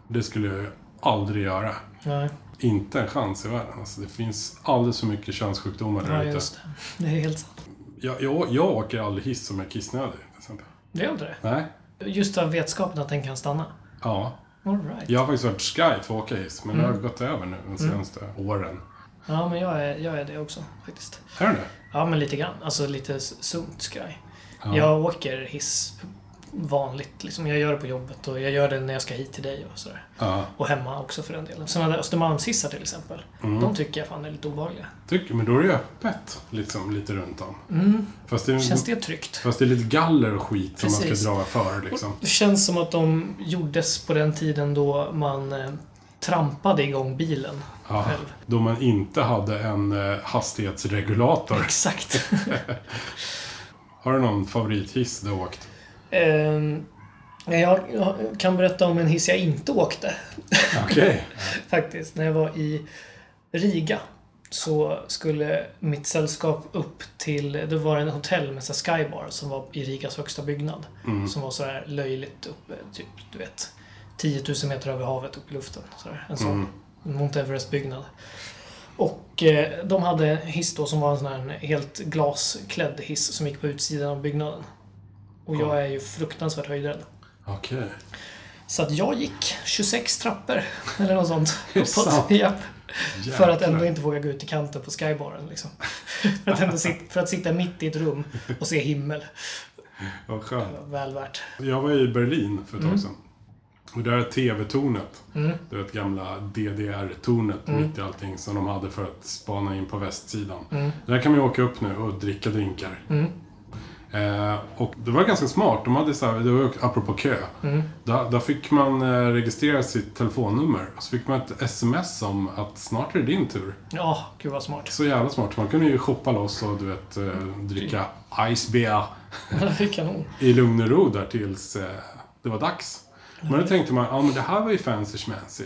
Det skulle jag ju aldrig göra. Nej, Inte en chans i världen. Alltså, det finns alldeles för mycket könssjukdomar ja, där ute. just det. Det är helt sant. Jag, jag, jag åker aldrig hiss som är kissnödig. Till exempel. Det är inte det. Nej. Just av vetskapen att den kan stanna. Ja. All right. Jag har faktiskt varit sky för att åka hiss. Men Mm. det har gått över nu de senaste åren. Ja, men jag är, jag är det också faktiskt. Är det det? Ja, men lite grann. Alltså lite s- sunt skraj. Jag åker hiss vanligt. Liksom. Jag gör det på jobbet och jag gör det när jag ska hit till dig och sådär. Ja. Och hemma också för den delen. Sådana där Östermalmshissar till exempel. De tycker jag fan är lite obehagliga. Tycker, men då är det ju öppet liksom, lite runt om. Fast, det, Mm. Känns det tryggt? fast det är lite galler och skit som man Precis. ska dra för liksom. Det känns som att de gjordes på den tiden då man eh, trampade igång bilen Ja, själv. då man inte hade en eh, hastighetsregulator. Exakt. Har du någon favorithiss du har åkt? Ehm, jag jag kan berätta om en hiss jag inte åkte. Okej. faktiskt. När jag var i Riga så skulle mitt sällskap upp till, det var en hotell med så här skybar som var i Rigas högsta byggnad. Som var så här löjligt uppe, typ du vet 10 000 meter över havet upp i luften. Så där. En sån Mount Everest-byggnad. Och eh, de hade en hiss då som var en sån här helt glasklädd hiss som gick på utsidan av byggnaden. Och jag är ju fruktansvärt höjdrädd. Okej. Så att jag gick 26 trappor eller något sånt Är det sant? uppåt. Japp. För att ändå Jäklar. inte våga gå ut i kanten på skybaren. Liksom. för, att ändå sit, för att sitta mitt i ett rum och se himmel. Vad skönt. Väl värt. Jag var i Berlin för ett tag sedan. Och där är TV-tornet. Du vet gamla DDR-tornet mitt i allting som de hade för att spana in på västsidan. Där kan man ju åka upp nu och dricka drinkar. Eh, och det var ganska smart. De hade så här, det var ju apropå kö. Där, där fick man eh, registrera sitt telefonnummer. Och så fick man ett sms om att snart är det din tur. Ja, gud vad smart. Så jävla smart. Man kunde ju shoppa loss och du vet eh, dricka Icebeer Kanon. i lugn och ro där tills eh, det var dags. Men då tänkte man, ja men det här var ju fancy schmancy.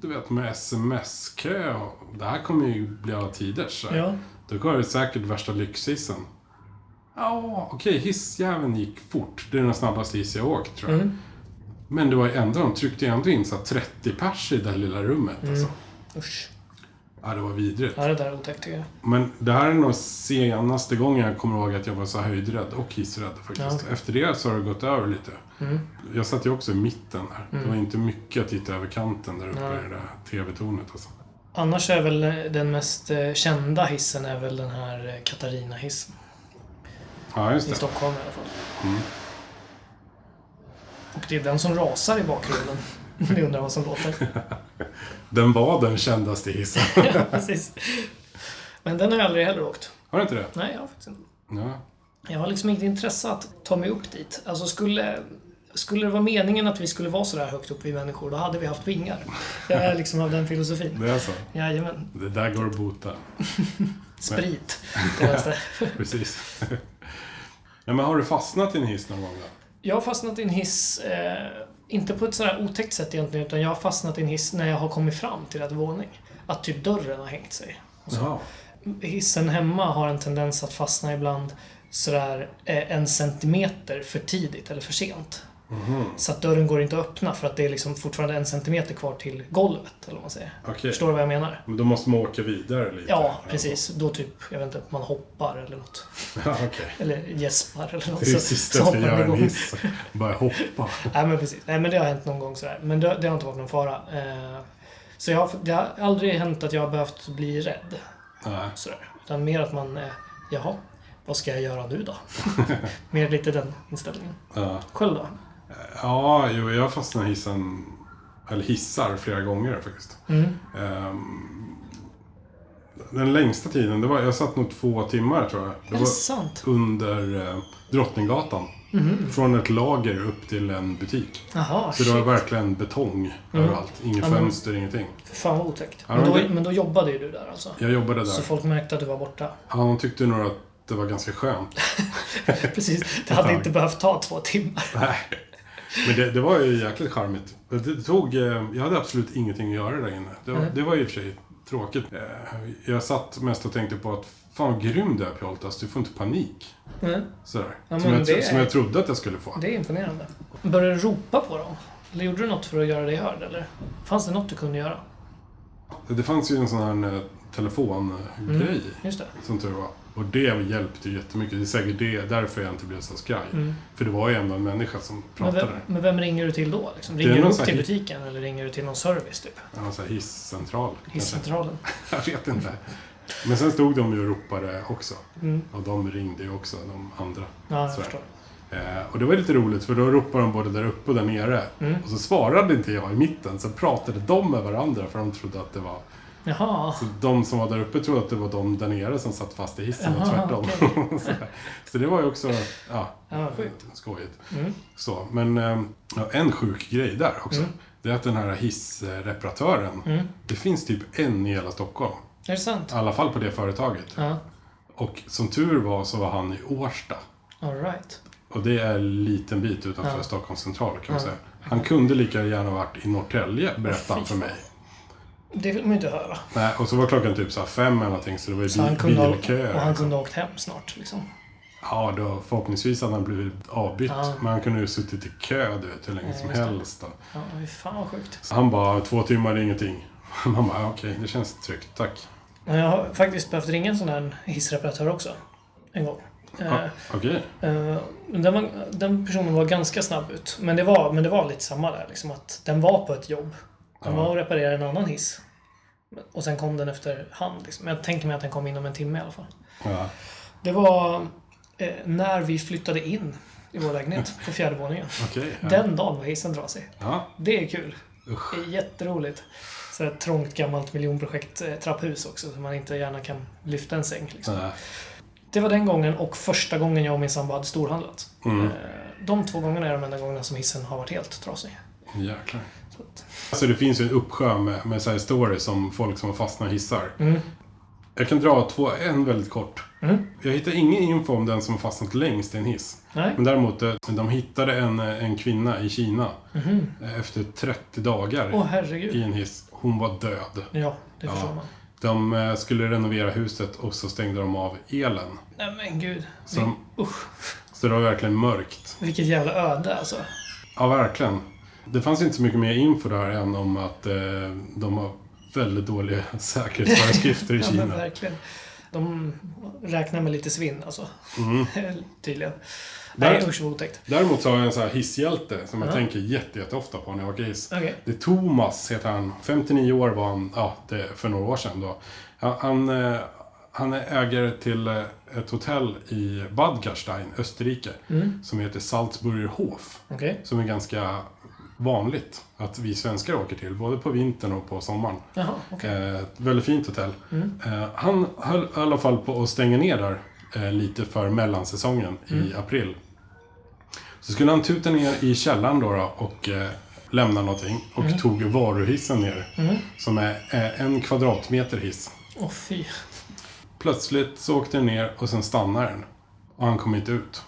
Du vet med sms-kö och det här kommer ju bli alla tiders. så här. Ja. Då går det säkert värsta lyxhissen. Ja, okej, hissjäveln gick fort. Det är den snabbaste hiss jag åkt tror jag. Men det var ju ändå, de tryckte ju ändå in så här 30 pers i det här lilla rummet alltså. Usch. Ja, det var vidrigt. Ja, det där är otäckt tycker jag. Men det här är nog senaste gången jag kommer ihåg att jag var så här höjdrädd och hissrädd faktiskt. Ja, okej. Mm. Efter det så har det gått över lite. Jag satt ju också i mitten där. Det var inte mycket att titta över kanten där uppe Nej. i det där TV-tornet alltså. Annars är väl eh, den mest eh, kända hissen är väl den här eh, Katarina-hissen. Ja, Mm. just I det. Stockholm i alla fall. Och det är den som rasar i bakgrunden. Ni undrar vad som låter. Den var den kändaste hissen. Precis. Men den har jag aldrig heller åkt. Har du inte det? Nej, jag har faktiskt inte. Ja. Jag har liksom inget intresse att ta mig upp dit. Alltså skulle, skulle det vara meningen att vi skulle vara sådär högt upp vi människor, då hade vi haft vingar. Jag är liksom av den filosofin. Det är så. Jajamän. Det där går att bota. Sprit. Det var det. Precis. Ja, men har du fastnat i en hiss någon gång då? Jag har fastnat i en hiss, eh, inte på ett sådär otäckt sätt egentligen, utan jag har fastnat i en hiss när jag har kommit fram till rätt våning. Att typ dörren har hängt sig. Ja. Hissen hemma har en tendens att fastna ibland sådär eh, en centimeter för tidigt eller för sent. Mhm. Så att dörren går inte att öppna för att det är liksom fortfarande en centimeter kvar till golvet. Eller vad man säger. Okej. Förstår du vad jag menar? Men då måste man åka vidare lite? Ja, precis. Då typ, jag vet inte, man hoppar eller något. Ja, okej. Eller gäspar eller något. Det är det så- sista så jag ska hoppar man göra i en igång. hiss. Bara hoppa. Nej men precis. Nej men det har hänt någon gång sådär. Men det, det har inte varit någon fara. Eh, så jag har, det har aldrig hänt att jag har behövt bli rädd. Nej. Sådär. Utan mer att man, eh, jaha, vad ska jag göra nu då? mer lite den inställningen. Ja. Själv då? Ja, jo, jag har fastnat i hissen, eller hissar flera gånger faktiskt. Mm. Ehm, den längsta tiden, det var, jag satt nog två timmar tror jag. Är Det det var sant? Mhm. under eh, Drottninggatan. Från ett lager upp till en butik. Jaha, Så Ah, shit. Mm. det var verkligen betong överallt. Inget men- fönster, ingenting. Fan vad otäckt. Ja, Men då, men det- men då jobbade ju du där alltså? Jag jobbade där. Så folk märkte att du var borta? Han tyckte nog att det var ganska skönt. Precis. Det hade inte behövt ta två timmar. Nej. Men det, det var ju jäkligt charmigt. Det, det tog, eh, jag hade absolut ingenting att göra där inne. Det, var- det var ju i och för sig tråkigt. Eh, Jag satt mest och tänkte på att fan vad grym du är Pjoltas, du får inte panik. Mm. Sådär. Ja, som, men jag, det tro- som är- jag trodde att jag skulle få. Det är imponerande. Började du ropa på dem? Eller gjorde du något för att göra dig hörd eller? Fanns det något du kunde göra? Det, fanns ju en sån här eh, telefongrej, Just det. som tur var. Och det hjälpte ju jättemycket. Det är säkert det, därför jag inte blev så skraj. För det var ju ändå en människa som Mm. Men vem, pratade. men vem ringer du till då? Liksom? är Ringer du någon upp sån här till hit- butiken eller ringer du till någon service typ? En sån här hisscentral. kanske. Hisscentralen? Jag vet inte. Men sen stod de ju och ropade också. Och de ringde ju också, de andra. Mm. Ja, jag Så här. förstår. Eh, och det var lite roligt för då ropade de både där uppe och där nere. Mm. Och så svarade inte jag i mitten. Sen pratade de med varandra för de trodde att det var... Jaha. De som var där uppe trodde att det var de där nere som satt fast i hissen och Jaha, tvärtom. så, här. så det var ju också... Ja, Ja, Mm. vad sjukt. skojigt. Så, men eh, ja, en sjuk grej där också. Mm. Det är att den här hissreparatören. Det finns typ en i hela Stockholm. Är det sant? I alla fall på det företaget. Ja. Och som tur var så var han i Årsta. Alright. Och det är en liten bit utanför Stockholms central kan man säga. Han kunde lika gärna varit i Norrtälje, berättade han för mig. Det vill man ju inte höra. Nej, och så var klockan typ så här fem eller någonting så det var ju Så han bil, kunde ha, bilkö. och han kunde ha åkt hem snart liksom. Ja, då, förhoppningsvis hade han blivit avbytt. Men han kunde ju suttit i kö du vet, hur länge som helst. Då. Ja, fy fan vad sjukt. Så han bara, två timmar är ingenting. Man bara, okej, det känns tryggt, tack. Men jag har faktiskt behövt ringa en sån här hissreparatör också. En gång. Eh, Okej, eh, den, var, den personen var ganska snabb ut. Men det var, men det var lite samma där liksom. Att den var på ett jobb. Den var och reparerade en annan hiss. Och sen kom den efter hand liksom. Men jag tänker mig att den kom inom en timme i alla fall. ja. Det var eh, när vi flyttade in i vår lägenhet på fjärde våningen. Okej. ja. Den dagen var hissen trasig. ja. Det är kul. Det är jätteroligt. Så ett trångt gammalt miljonprojekt eh, trapphus också, så man inte gärna kan lyfta en säng. Liksom. Nej. Det var den gången och första gången jag och min sambo hade storhandlat. Mm. Eh, De två gångerna är de enda gångerna som hissen har varit helt trasig. Jäklar. Så att, Alltså det finns ju en uppsjö med, med så här stories om folk som har fastnat i hissar. Mm. Jag kan dra två, en väldigt kort. Jag hittar ingen info om den som har fastnat längst i en hiss. Nej. Men däremot, eh, de hittade en, eh, en kvinna i Kina eh, efter 30 dagar Mhm. Åh i herregud. en hiss. Hon var död. Ja, det förstår Ja. man. De eh, skulle renovera huset och så stängde de av elen. Nej men gud. Så, de, Usch, så det var verkligen mörkt. vilket jävla öde alltså. Ja, verkligen. Det fanns inte så mycket mer info där än om att eh, de har väldigt dåliga säkerhetsföreskrifter i Ja men Kina. verkligen. De räknar med lite svinn alltså. Mm. Tydligen. Nej Där- usch vad otäckt. Däremot så har jag en sån här hisshjälte som jag Ja. tänker jätte, jätteofta på när jag åker hiss. Okej. Det är Thomas, heter han. 59 år var han, ja, det är för några år sedan då. Han, han, eh, han är ägare till eh, ett hotell i Badgarstein, Österrike, Mm. som heter Salzburger Hof. Okej. Som är ganska vanligt att vi svenskar åker till, både på vintern och på sommaren. Jaha, okej. Eh, ett väldigt fint hotell. Eh, han höll i alla fall på att stänga ner där eh, lite för mellansäsongen i april. Så skulle han tuta ner i källaren då, då och eh, lämna någonting och tog varuhissen ner. Som är eh, en kvadratmeter hiss. Åh fy. Plötsligt så åkte den ner och sen stannade den. Och han kom inte ut.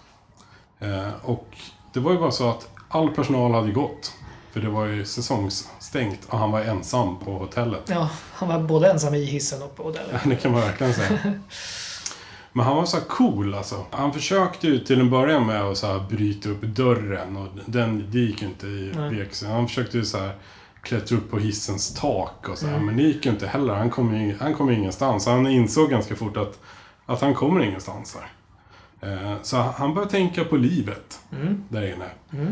Eh, och det var ju bara så att all personal hade gått. För det var ju säsongsstängt och han var ensam på hotellet. Ja, han var både ensam i hissen och på hotellet. Det kan man verkligen säga. Men han var så här cool alltså. Han försökte ju till en början med att så här bryta upp dörren och den, det gick ju inte i veks. Han försökte ju så här klättra upp på hissens tak och så här. Men det gick ju inte heller. Han kom, ju, han kom ju ingenstans. Han insåg ganska fort att, att han kommer ingenstans här. Eh, Så han började tänka på livet där inne.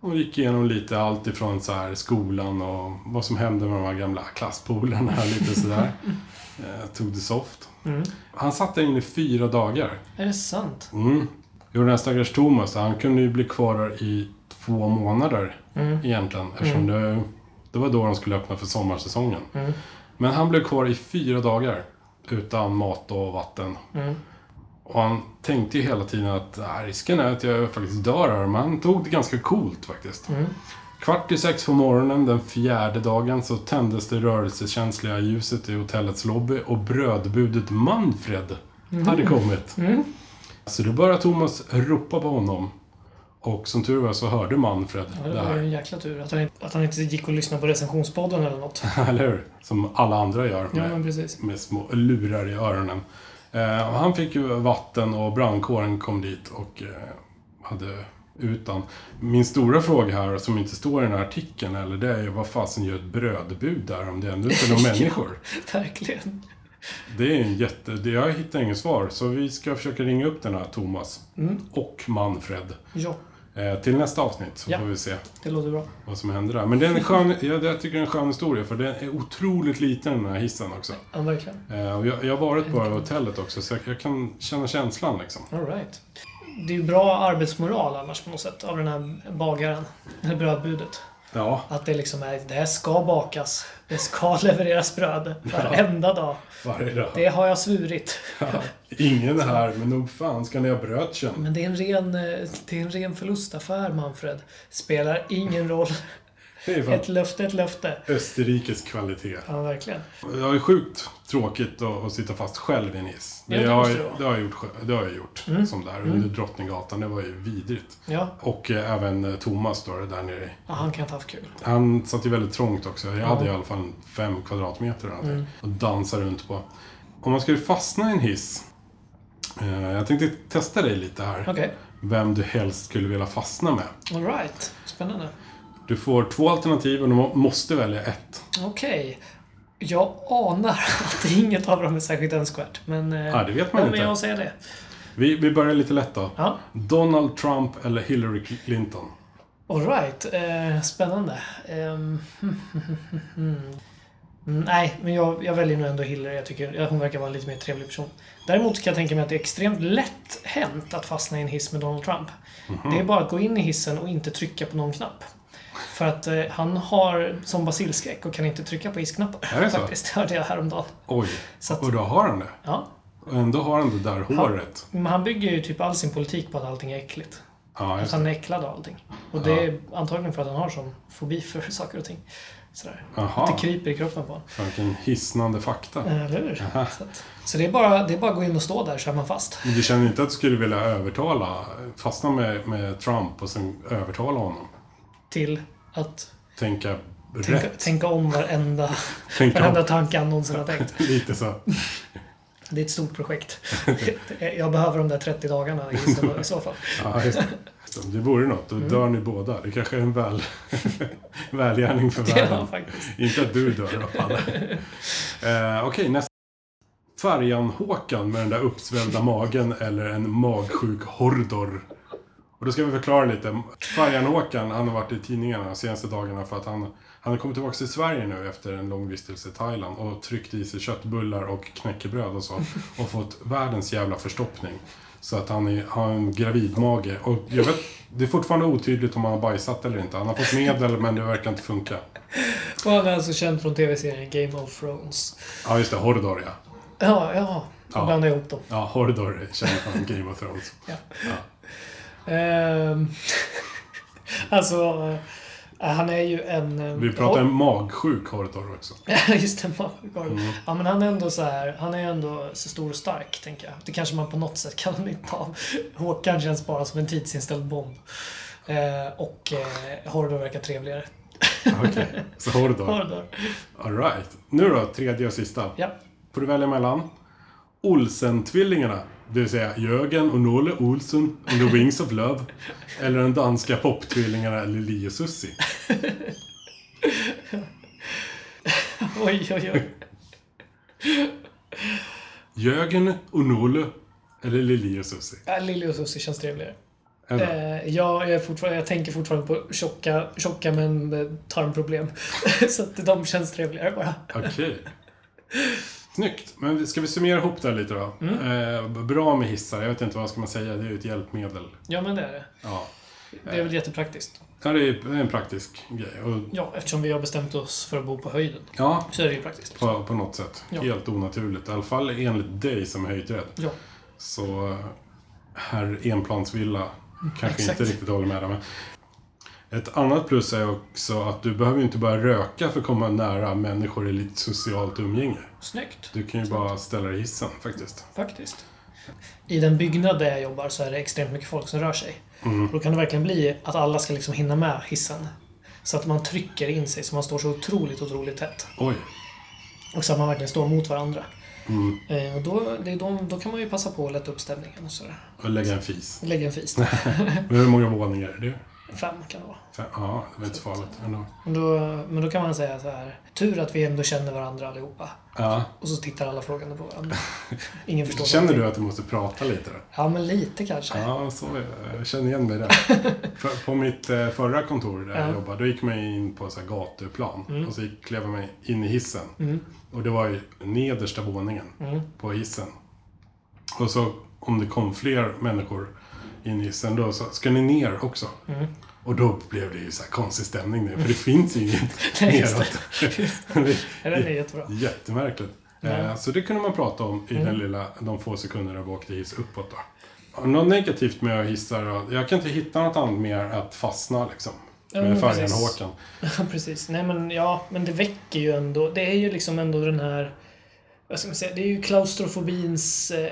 Och gick igenom lite allt ifrån så här skolan och vad som hände med de här gamla klasspolarna. Lite sådär. Eh, tog det soft. Han satt där inne i fyra dagar. Är det sant? Mm. Jo, den här stackars Thomas, han kunde ju bli kvar där i två månader egentligen. Eftersom det, det var då de skulle öppna för sommarsäsongen. Men han blev kvar i fyra dagar utan mat och vatten. Mm. Och han tänkte ju hela tiden att "Ah, risken är att jag faktiskt dör här. Men han tog det ganska coolt faktiskt. Mm. Kvart i sex på morgonen den fjärde dagen så tändes det rörelsekänsliga ljuset i hotellets lobby och brödbudet Manfred Mm. hade kommit. Så då började Thomas ropa på honom. Och som tur var så hörde Manfred Ja, det det var ju här. en jäkla tur att han, att han inte gick och lyssnade på recensionspodden eller något. Eller hur? Som alla andra gör Ja, med, men precis. med små lurar i öronen. Eh, och han fick ju vatten och brandkåren kom dit och eh, hade utan. Min stora fråga här, som inte står i den här artikeln, eller det är ju vad fasen gör ett brödbud där om det ändå inte är några människor? Verkligen. Det är en jätte... Det, jag hittar inget svar, så vi ska försöka ringa upp den här Thomas. Och Manfred. Ja, Eh, till nästa avsnitt så Ja. får vi se. det låter bra. vad som hände där. Men det är en skön, jag, jag tycker det är en skön historia för den är otroligt liten den här hissen också. Ja, verkligen. Eh, och jag, jag har varit på det här hotellet också så jag, jag kan känna känslan liksom. All right. Det är ju bra arbetsmoral annars på något sätt av den här bagaren. Eller brödbudet. Ja, Att det liksom är, det här ska bakas. Det ska levereras bröd varenda dag. varje dag. Det har jag svurit. Ingen här, men nog fan ska ni ha brödkön. Men det är en ren, eh, det är en ren förlustaffär Manfred. Spelar ingen roll. Det är Ett fan löfte, ett löfte. Österrikes kvalitet. Ja, verkligen. Det är sjukt tråkigt att, att sitta fast själv i en hiss. Ja, Det, det har, måste det vara. Mm. det har jag gjort, själv- det har jag gjort som där under Drottninggatan. Det var ju vidrigt. Ja, Och eh, även eh, Thomas då, det där nere i ja han kan inte ha haft kul. Han satt ju väldigt trångt också. Jag hade i alla fall fem kvadratmeter eller någonting. Mm. Och dansade runt på. Om man skulle fastna i en hiss. Eh, jag tänkte testa dig lite här. Okej, Vem du helst skulle vilja fastna med. all right. Spännande. Du får två alternativ och du må- måste välja ett. Okej. Jag anar att inget av dem är särskilt önskvärt. Men, eh, Ja, det vet man ja, inte. Men jag säger det. Vi, vi börjar lite lätt då. Ja, Donald Trump eller Hillary Clinton? all right. Eh, spännande. Ehm, Mm, Nej, men jag, jag väljer nog ändå Hillary. Jag tycker hon verkar vara en lite mer trevlig person. Däremot kan jag tänka mig att det är extremt lätt hänt att fastna i en hiss med Donald Trump. Mhm. Det är bara att gå in i hissen och inte trycka på någon knapp. För att eh, han har som basilskräck och kan inte trycka på hissknappar. Är det så? Faktiskt, hörde jag häromdagen. Oj, Så att- och då har han det. Ja, Och ändå har han det där håret. Men han bygger ju typ all sin politik på att allting är äckligt. Ja, Att just det. han är äcklad av allting. Och det är antagligen för att han har sån fobi för saker och ting. Sådär. Aha. Att det kryper i kroppen på honom. Fan, Vilken hisnande fakta. Eller hur? Så, att, så det, är bara, det är bara att gå in och stå där så är man fast. Men Du känner inte att du skulle vilja övertala, fastna med, med Trump och sen övertala honom? Till att... Tänka Tänka, rätt. tänka om varenda, Tänk om. varenda tanke han någonsin har tänkt. Lite så. Det är ett stort projekt. Jag behöver de där 30 dagarna i så- i så fall. Ja, just det. det vore något. Då Mm. dör ni båda. Det kanske är en väl, välgärning för Ja, världen. faktiskt. Inte att du dör av alla. Eh, Okej, nästa. Färjan-Håkan med den där uppsvällda magen eller en magsjuk Hordor. Och då ska vi förklara lite. Färjan-Håkan, han har varit i tidningarna de senaste dagarna för att han, han har kommit tillbaka till Sverige nu efter en lång vistelse i Thailand och tryckt i sig köttbullar och knäckebröd och så. Och fått världens jävla förstoppning. Så att han är, har en gravidmage. Och jag vet, det är fortfarande otydligt om han har bajsat eller inte. Han har fått medel men det verkar inte funka. Och han är alltså känd från tv-serien Game of Thrones. Ja, just det. Hordor, ja. Ja, ja. Ja. Jag blandar ihop dem. Ja, Hordor känner från Game of Thrones. Ehm, alltså, eh, han är ju en... eh, Vi pratar en magsjuk Hordor också. Ja, Just det, Magorm. Mm. Ja, men han är ändå så här, han är ändå så stor och stark, tänker jag. Det kanske man på något sätt kan ha nytta av. Håkan känns bara som en tidsinställd bomb. Eh, och eh, Hordor verkar trevligare. Okej, så Hordor. Hordor. Alright. Nu då, tredje och sista. Ja. Får du välja mellan Olsen-tvillingarna, det vill säga Jörgen och Nåle Olsen and the Wings of Love, eller den danska poptvillingarna Lili och Susie. Oj, oj, oj. Jörgen och Nåle eller Lili och Susie. Ja, Lili och Susie känns trevligare. Eller? Eh, jag, jag, är fortfarande, jag tänker fortfarande på tjocka, tjocka men med tarmproblem. så att de känns trevligare bara. Okej. Snyggt. Men ska vi summera ihop det här lite då? Mm. Eh, bra med hissar, jag vet inte vad ska man säga, det är ju ett hjälpmedel. Ja, men det är det. Ja. Det är väl jättepraktiskt. Ja, det är en praktisk grej. Och, Ja, eftersom vi har bestämt oss för att bo på höjden. ja, Så är det ju praktiskt. på, på något sätt. Ja. Helt onaturligt. I alla fall enligt dig som är höjdrädd. Ja. Så eh, herr enplansvilla kanske exakt. inte riktigt håller med dig. Men ett annat plus är också att du behöver ju inte börja röka för att komma nära människor i lite socialt umgänge. Snyggt. Du kan ju bara ställa dig i hissen faktiskt. Faktiskt. I den byggnad där jag jobbar så är det extremt mycket folk som rör sig. Och Då kan det verkligen bli att alla ska liksom hinna med hissen. Så att man trycker in sig så man står så otroligt, otroligt tätt. Oj, Och så att man verkligen står mot varandra. Eh, och då, det är de, då kan man ju passa på att lätta upp stämningen och sådär. och lägga en fis. Lägga en fis. Men hur många våningar är det? Fem kan det vara. Fem? Ja, det var inte så farligt ändå. Men då, men då kan man säga så här. Tur att vi ändå känner varandra allihopa. Ja. Och så tittar alla frågande på varandra. Ingen förstår. Känner någonting. du att du måste prata lite då? Ja, men lite kanske. Ja, så är det. jag känner igen mig där. För- På mitt eh, förra kontor där jag jobbade, då gick man in på så här gatuplan. Mm. Och så gick- klev man in i hissen. Och det var ju nedersta våningen Mm. på hissen. Och så om det kom fler människor in i hissen, då sa ska ni ner också? Mm. Och då blev det ju så här konstig stämning där, för det finns ju inget Nej, just neråt. Ja. Den är jättebra. Jättemärkligt. Eh, så det kunde man prata om i Mm. den lilla, de få sekunderna vi åkte hiss uppåt. Då. Något negativt med hissar, då? jag kan inte hitta något annat mer att fastna liksom. Ja, Med men färjan precis. Håkan. Ja, precis. Nej, men ja, men det väcker ju ändå. Det är ju liksom ändå den här, vad ska man säga, det är ju klaustrofobins eh,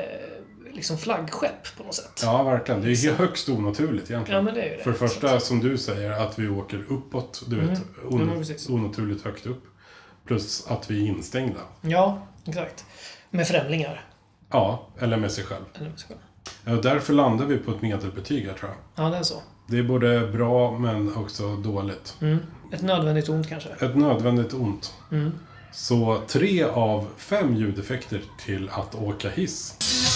liksom flaggskepp på något sätt. Ja, verkligen. Det är ju högst onaturligt egentligen. Ja, men det är ju det. Mm. För det första, som du säger, att vi åker uppåt, du vet, Ja, on- men precis. onaturligt högt upp. Plus att vi är instängda. Ja, exakt. Med främlingar. Ja, eller med sig själv. Eller vad ska man- Ja, och därför landar vi på ett medelbetyg här, tror jag. Ja, det är så. Det är både bra, men också dåligt. Ett nödvändigt ont kanske. Ett nödvändigt ont. Så tre av fem ljudeffekter till att åka hiss.